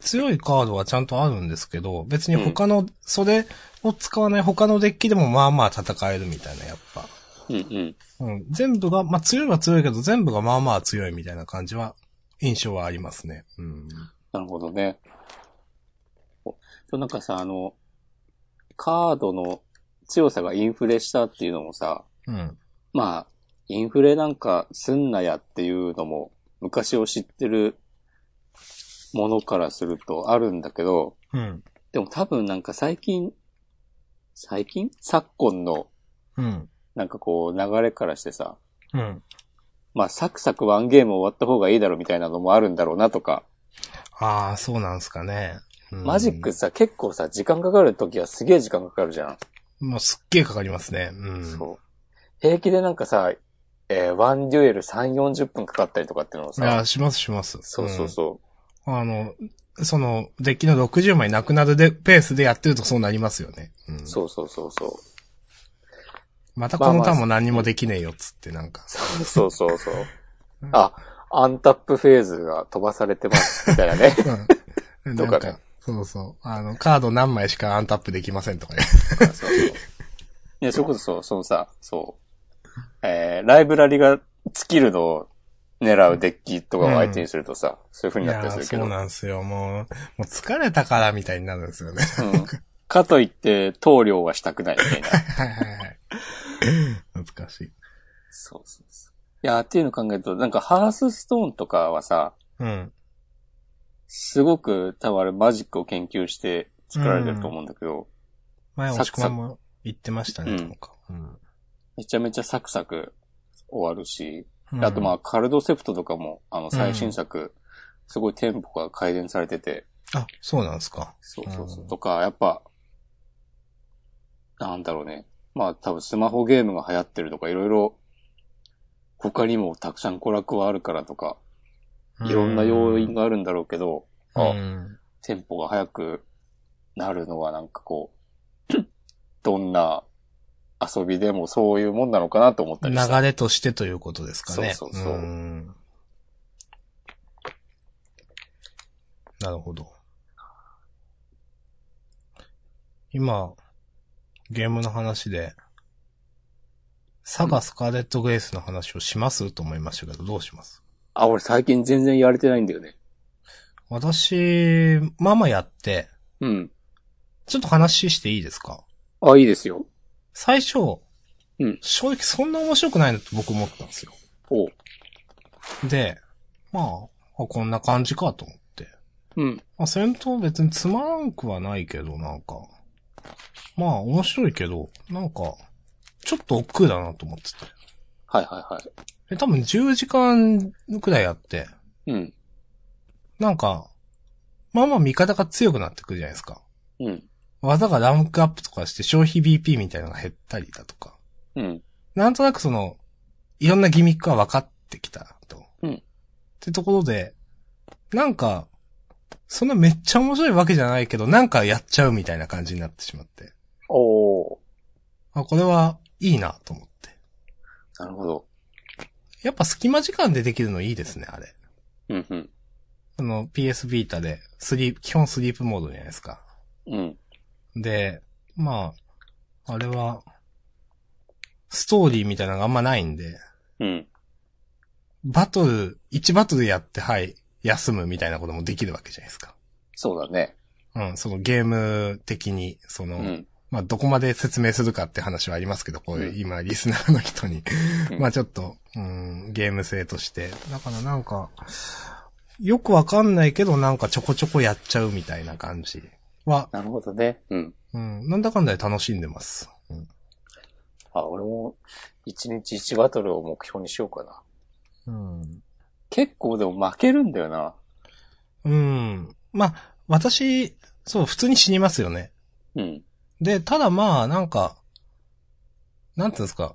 強いカードはちゃんとあるんですけど、別に他の、それを使わない他のデッキでもまあまあ戦えるみたいな、やっぱ。うんうん。うん、全部が、まあ強いは強いけど、全部がまあまあ強いみたいな感じは、印象はありますね。うん。なるほどね。おそうなんかさ、あの、カードの強さがインフレしたっていうのもさ、うん。まあ、インフレなんかすんなやっていうのも、昔を知ってるものからするとあるんだけど、うん。でも多分なんか最近、最近昨今のうん。なんかこう流れからしてさ、うん。まあサクサクワンゲーム終わった方がいいだろうみたいなのもあるんだろうなとか、ああ、そうなんすかね。うんマジックさ結構さ時間かかる時はすげえ時間かかるじゃん。もうすっげえかかりますね。うん。そう。平気でなんかさ、えーワンデュエル3、40分かかったりとかっていうのをいや、さ、しますします。そうそうそうん、あの、その、デッキの60枚なくなるで、ペースでやってるとそうなりますよね。うう、ん。そうそうそうそう。またこまあまのあターンも何にもできねえよっつってなん か。そうそうそう。あ、アンタップフェーズが飛ばされてます、みたいなね。うん。とかねなんか、そうそう。あの、カード何枚しかアンタップできませ んとかね。そうそう。ね、それこそそう、そのさ、そう。えー、ライブラリが尽きるのを狙うデッキとかを相手にするとさ、そういう風いになっやたりするけーそど。うなんすよ。もう、もう疲れたからみたいになるんです よね。うんかといって、投了はしたくないみたいな。はいはいはい。懐かしい。そうそうそう。いやー、っていうのを考えると、なんかハースストーンとかはさ、うん。すごく多分あれマジックを研究して作られてると思うんだけど、前、サ押クしサク込まんも言ってましたね、うんとか。うん。めちゃめちゃサクサク終わるし、うんあとまあ、カルドセプトとかも、あの、最新作、すごいテンポが改善されてて、あ、そうなんですか。そうそうそう。うんとか、やっぱ、なんだろうね。まあ、多分スマホゲームが流行ってるとか、いろいろ、他にもたくさん娯楽はあるからとか、いろんな要因があるんだろうけど、あうんテンポが速くなるのはなんかこう、 どんな遊びでもそういうもんなのかなと思ったりした。流れとしてということですかね。そうそうそうんなるほど。今、ゲームの話で、サガスカーレットグレイスの話をしますと思いましたけど、どうしますあ、俺最近全然やれてないんだよね。私、ママやって、うん。ちょっと話していいですかあ、いいですよ。最初、うん正直そんな面白くないなと僕思ったんですよ。おう。で、まあ、あこんな感じかと思って。うん。まあ、戦闘別につまらんくはないけど、なんか。まあ、面白いけど、なんか、ちょっと億劫だなと思ってて。はいはいはい。で、多分10時間くらいやって、うん。なんか、まあまあ味方が強くなってくるじゃないですか。うん。技がランクアップとかして消費 BP みたいなのが減ったりだとか。うん。なんとなくその、いろんなギミックは分かってきたと。うんってところで、なんか、そんなめっちゃ面白いわけじゃないけど、なんかやっちゃうみたいな感じになってしまって。おー。あ、これはいいなと思って。なるほど。やっぱ隙間時間でできるのいいですね、あれ。うんうん。あの、PS ビータで、スリープ、基本スリープモードじゃないですか。うん。で、まあ、あれは、ストーリーみたいなのがあんまないんで、うん。バトル、1バトルやって、はい、休むみたいなこともできるわけじゃないですか。そうだね。うん、そのゲーム的に、その、うん。まあ、どこまで説明するかって話はありますけど、こういう、うん今、リスナーの人に、うん まあ、ちょっと、うん、ゲーム性として。だからなんか、よくわかんないけど、なんかちょこちょこやっちゃうみたいな感じは、なるほどね。うん。うん、なんだかんだで楽しんでます。うん。あ、俺も、一日一バトルを目標にしようかな。うん。結構でも負けるんだよな。うん。まあ、私、そう、普通に死にますよね。うん。で、ただまあ、なんか、なんていうんですか、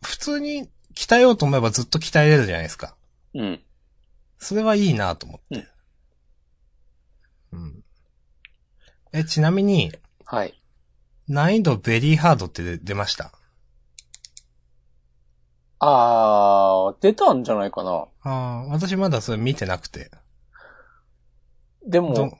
普通に鍛えようと思えばずっと鍛えれるじゃないですか。うん。それはいいなと思って。うん。え、ちなみに、はい。難易度ベリーハードって出出ました。あー、出たんじゃないかな。ああ、私まだそれ見てなくて。でども、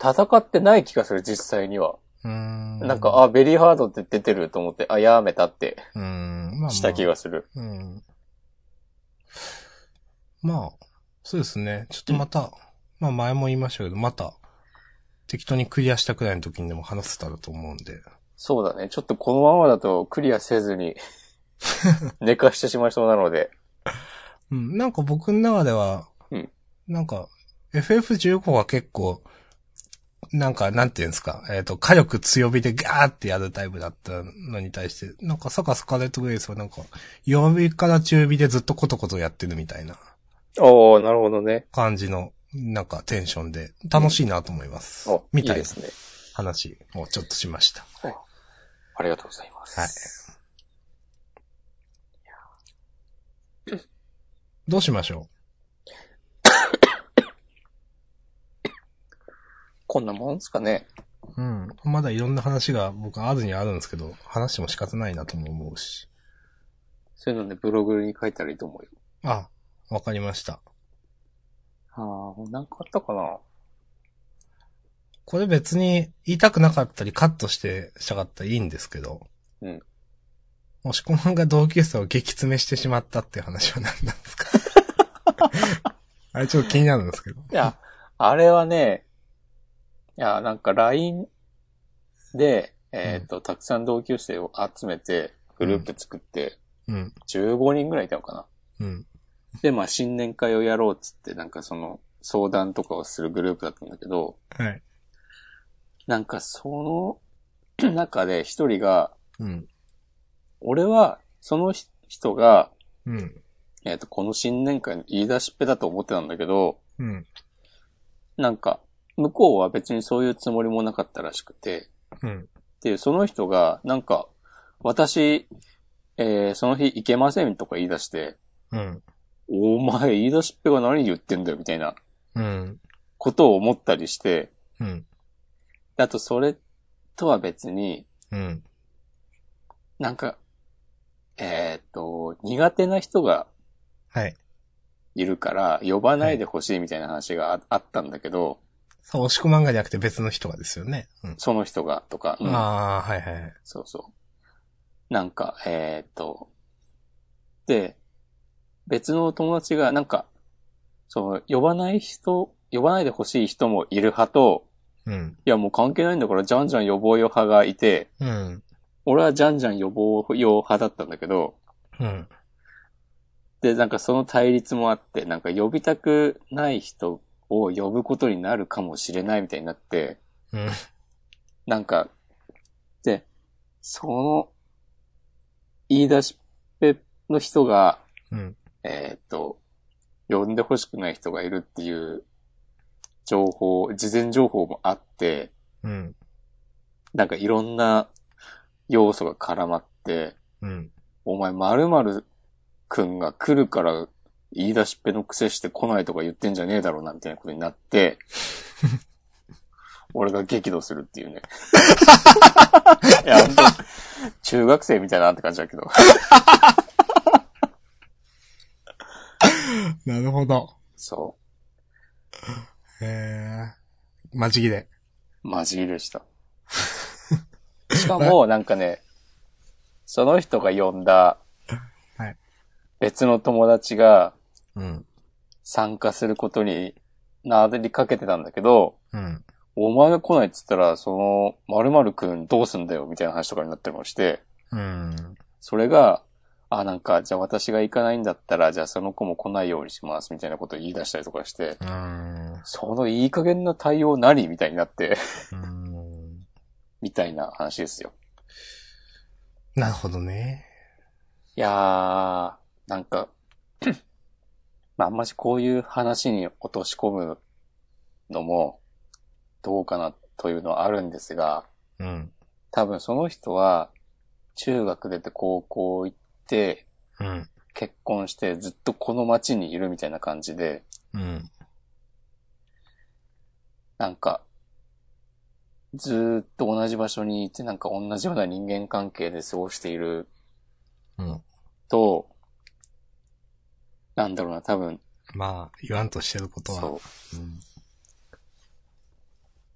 戦ってない気がする、実際には。うーん。なんか、、あ、ベリーハードって出てると思って、あ、やめたってうーん、まあ、まあ。した気がする。うん。まあ、そうですね。ちょっとまた、まあ前も言いましたけど、また、適当にクリアしたくらいの時にでも話せたらと思うんで。そうだね。ちょっとこのままだとクリアせず に、寝かしてしまいそうなので。うん、なんか僕の中では、うんなんか、FF15 は結構、なんか、なんていうんですか、えっ、と、火力強火でガーってやるタイプだったのに対して、なんか、サカスカーレットグレイスはなんか、弱火から中火でずっとコトコトやってるみたいなおー、なるほどね。感じの、なんか、テンションで、楽しいなと思います。お、いみいたいでなすね。話をちょっとしました。ありがとうございます。はい。どうしましょこんなもんですかね。ううん。まだいろんな話が僕あるにはあるんですけど、話しても仕方ないなとも思うし。そういうのでブログに書いたらいいと思うよ。あ、わかりました。あー、なんかあったかなこれ別に言いたくなかったりカットしてしたかったらいいんですけど。うん。もしこのが同級生を激詰めしてしまったっていう話は何なんです かあれちょっと気になるんですけど。いや、あれはね、いや、なんか LINE で、えっ、と、たくさん同級生を集めて、グループ作って、うん。 15人ぐらいいたのかな。うん。で、まあ、新年会をやろうっつって、なんかその、相談とかをするグループだったんだけど、はい。なんかその 中で一人が、うん。俺は、そのひ人が、うん。えっ、と、この新年会の言い出しっぺだと思ってたんだけど、うん。なんか、向こうは別にそういうつもりもなかったらしくて、うん。で、その人が、なんか、私、えーその日行けませんとか言い出して、うん。お前言い出しっぺが何言ってんだよみたいなうん。ことを思ったりして、うん。であとそれとは別に、うん。なんか、えーっと、苦手な人がはい。いるから呼ばないでほしいみたいな話がああったんだけど、そう、押し込漫画じゃなくて別の人がですよね。うん。その人がとか、うんああ、はいはいはい。そうそう。なんか、えーっと、で、別の友達が、なんか、その、呼ばない人、呼ばないでほしい人もいる派と、うん。いやもう関係ないんだから、じゃんじゃん呼ぼうよ派がいて、うん。俺はじゃんじゃん呼ぼうよ派だったんだけど、うん。で、なんかその対立もあって、なんか呼びたくない人を呼ぶことになるかもしれないみたいになって、うん。なんか、で、その、言い出しっぺの人が、うん。えーっと、呼んでほしくない人がいるっていう情報、事前情報もあって、うん。なんかいろんな要素が絡まって、うん。お前〇〇くんが来るから言い出しっぺの癖して来ないとか言ってんじゃねえだろうなみたいなことにな って、俺が激怒するっていう ね。いや、本当中学生みたいだなって感じだけど。なるほど。そへえ。マジギレ。う。マジギレした。しかも、なんかね、その人が呼んだはい、別の友達がうん。参加することになりかけてたんだけど、うん。お前が来ないっつったら、その、〇〇くんどうすんだよみたいな話とかになったりもして、うん。それが、あ、なんか、じゃあ私が行かないんだったら、じゃあその子も来ないようにしますみたいなことを言い出したりとかして、うん。そのいい加減な対応何みたいになって、 うん。みたいな話ですよ。なるほどね。いやー、なんか、 まあ、あんましこういう話に落とし込むのも、どうかなというのはあるんですが、うん。多分その人は、中学出て高校行って、うん。結婚してずっとこの町にいるみたいな感じで、うん。なんか、ずーっと同じ場所にいて、なんか同じような人間関係で過ごしているうん。と、なんだろうな、多分、まあ、言わんとしてることは。そう、っう。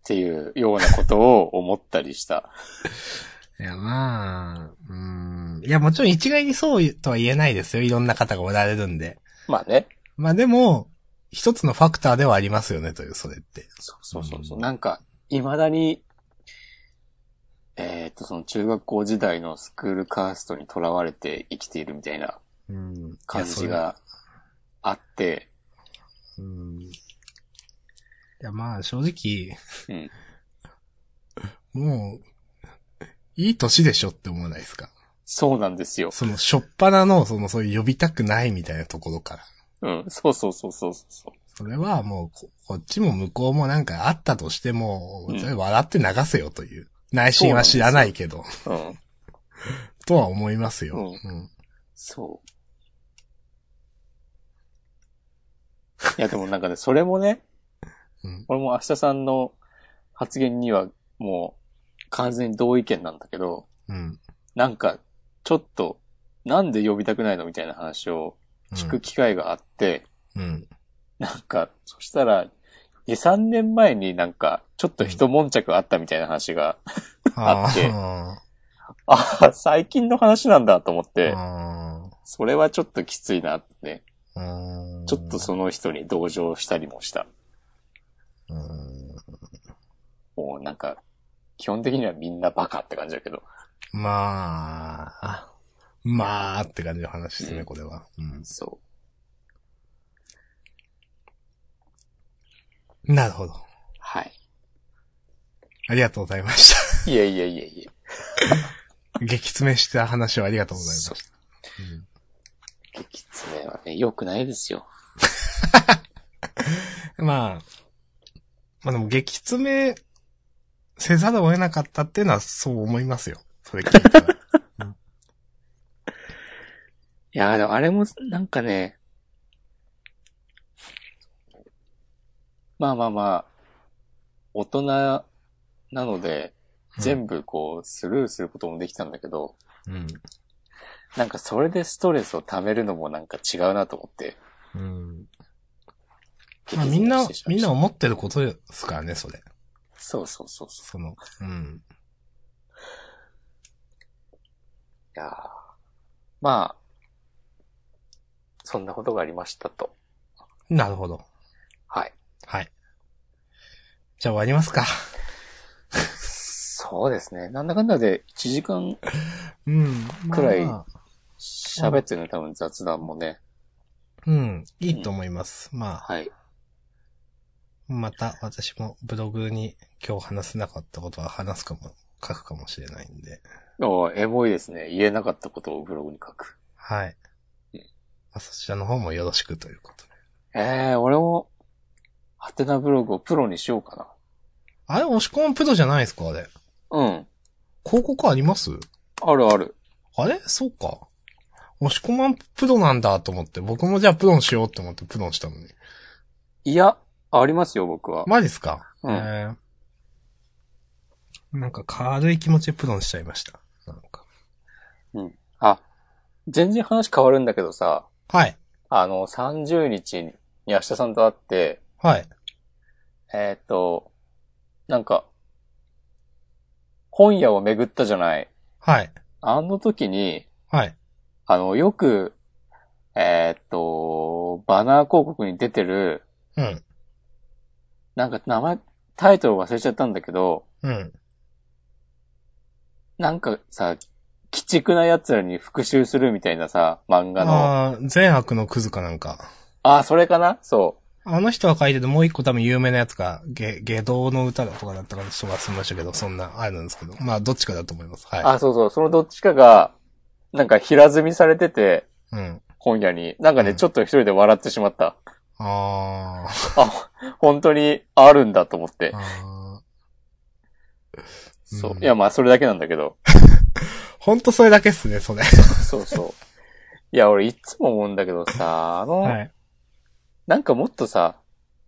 ていうようなことを思ったりした。ん。いや、まあ、うん。いや、もちろん一概にそうとは言えないですよ。いろんな方がおられるんで。まあね。まあでも、一つのファクターではありますよね、という、それって。そうそうそうそう。うんなんか、未だに、えーっと、その中学校時代のスクールカーストに囚われて生きているみたいなうん。感じがあって、うん。いや、まあ、正直、うん。もう、いい年でしょって思わないですか。そうなんですよ。その、しょっぱなの、その、そういう呼びたくないみたいなところから。うん、そうそうそうそうそう。それはもうこ、こっちも向こうもなんかあったとしてもう、んそれ笑って流せよという。内心は知らないけど、うん。とは思いますよ。ううんそう。いや、でもなんかね、それもね、うん俺も明日さんの発言にはもう完全に同意見なんだけど、うん。なんか、ちょっと、なんで呼びたくないのみたいな話をうん聞く機会があって、うん。なんか、そしたら、2、3年前になんか、ちょっと一悶着あったみたいな話が、あってあああ、最近の話なんだと思っーて、あそれはちょっときついなってね、ー。うんちょっとその人に同情したりもした。うんもうなんか、基本的にはみんなバカって感じだけど。まあ、まあって感じの話ですうね、んこれは。うんそなるほど。う。はい。ありがとうございましいえいえいえいえ。た。 激詰めした話をありがとうございました。うん激詰めはね、良くないですよ。まあ、まあでも激詰めせざるを得なかったっていうのはそう思いますよ。それ聞いたら。いやーでもあれも、なんかね、まあまあまあ、大人なので、全部こう、スルーすることもできたんだけど、うん。なんかそれでストレスを溜めるのもなんか違うなと思って。うん。まあみんな、みんな思ってることですからね、それ。そうそうそうそう。その、うん。いやーまあ、そんなことがありましたと。なるほど。はい。はい。じゃあ終わりますか。そうですね。なんだかんだで1時間うん。まあくらい喋ってるの多分雑談もね。うん。いいと思います。まあ、はい。また私もブログに今日話せなかったことは話すかも、書くかもしれないんで。おーエモいですね。言えなかったことをブログに書く。はい。うんまあ、そちらの方もよろしくということで。ええー、俺も、ハテナブログをプロにしようかあれ、押し込むプロじゃないですかあれ。うん。広告ありますあるある。あれそうか。押し込まんプロなんだと思って、僕もじゃあプロンしようと思ってプロンしたのに。いや、ありますよ、僕は。マジっすかうんえーなんか軽い気持ちでプロンしちゃいました。なんか。あ、全然話変わるんだけどさ、はい。あの、30日に明日さんと会って、はい。えーっと、なんか、本屋を巡ったじゃない。はい。あの時に、はい。あの、よく、えーっと、バナー広告に出てる、うん。なんか名前、タイトル忘れちゃったんだけど、うん。なんかさ、鬼畜な奴らに復讐するみたいなさ、漫画の。ああー善悪のクズかなんか。あー、それかなそあの人が書いててもう一個多分有名なやつが、げ下道の歌だとかだったからちょっと忘れましたけど、そんなあるんですけど。まあ、どっちかだと思います。う。はあ、そうそう。そのどっちかが、なんか平積みされてて、い。うん。本屋に。なんかね、うんちょっと一人で笑ってしまった。あーあ、本当にあるんだと思って。あー。そうう。んいや、まあ、それだけなんだけ ど。ほんとそれだけっすね、それ。そうそう。いや、俺いつも思うんだけどさ、あの、はい。なんかもっとさ、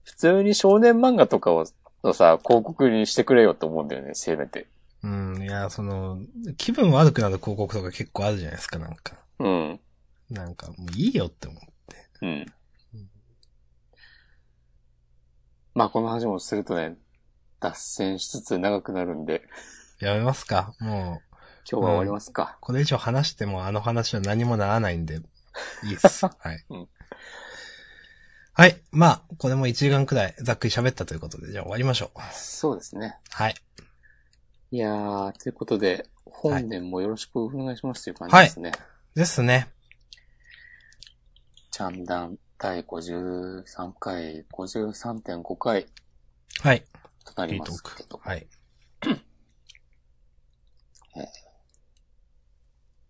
普通に少年漫画とかを、のさ、広告にしてくれよと思うんだよね、せめて。うん、いや、その、気分悪くなる広告とか結構あるじゃないですか、なんか。うん。なんか、もういいよって思う。うん。まあ、この話もするとね、脱線しつつ長くなるんで、やめますかもう、今日は終わりますか。これ以上話してもあの話は何もならないんで、いいっ す。はい。うんはい。まあ、これも1時間くらいざっくり喋ったということで、じゃあ終わりましょう。そうですね。はい。いやー、ということで、本年もよろしくお願いしますという感じはいですね。ですね。チャンダン第53回、53.5回はい。とないりいまトすーけクど。。はい。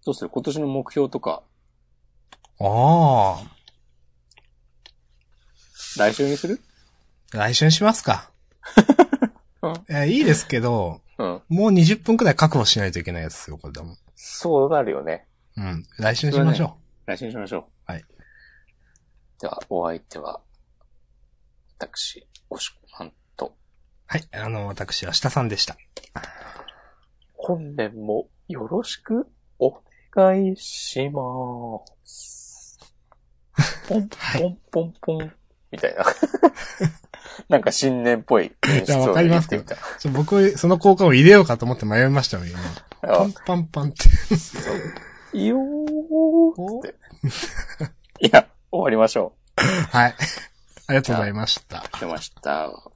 どうする今年の目標とか、あ来週にするあ、来週にしますか うん。えいいですけど、うん。もう20分くらい確保しないといけないやつですよ、これでも。そうなるよね。うん。来週にしましょう。来週にしましょう。はい。では、お相手は、私、おしこまんと、はい。あの、私、明日さんでした。本年もよろしくお願いします。ポンはいポンポンポン。みたいな。 なんか新年っぽい演いやわかりますけてどみた。ちょ僕、その効果を入れようかと思って迷いましたね、今。パあンパンパンって。いよーっつって。いや、終わりましょ はい。ありがとうございました。う。出ました。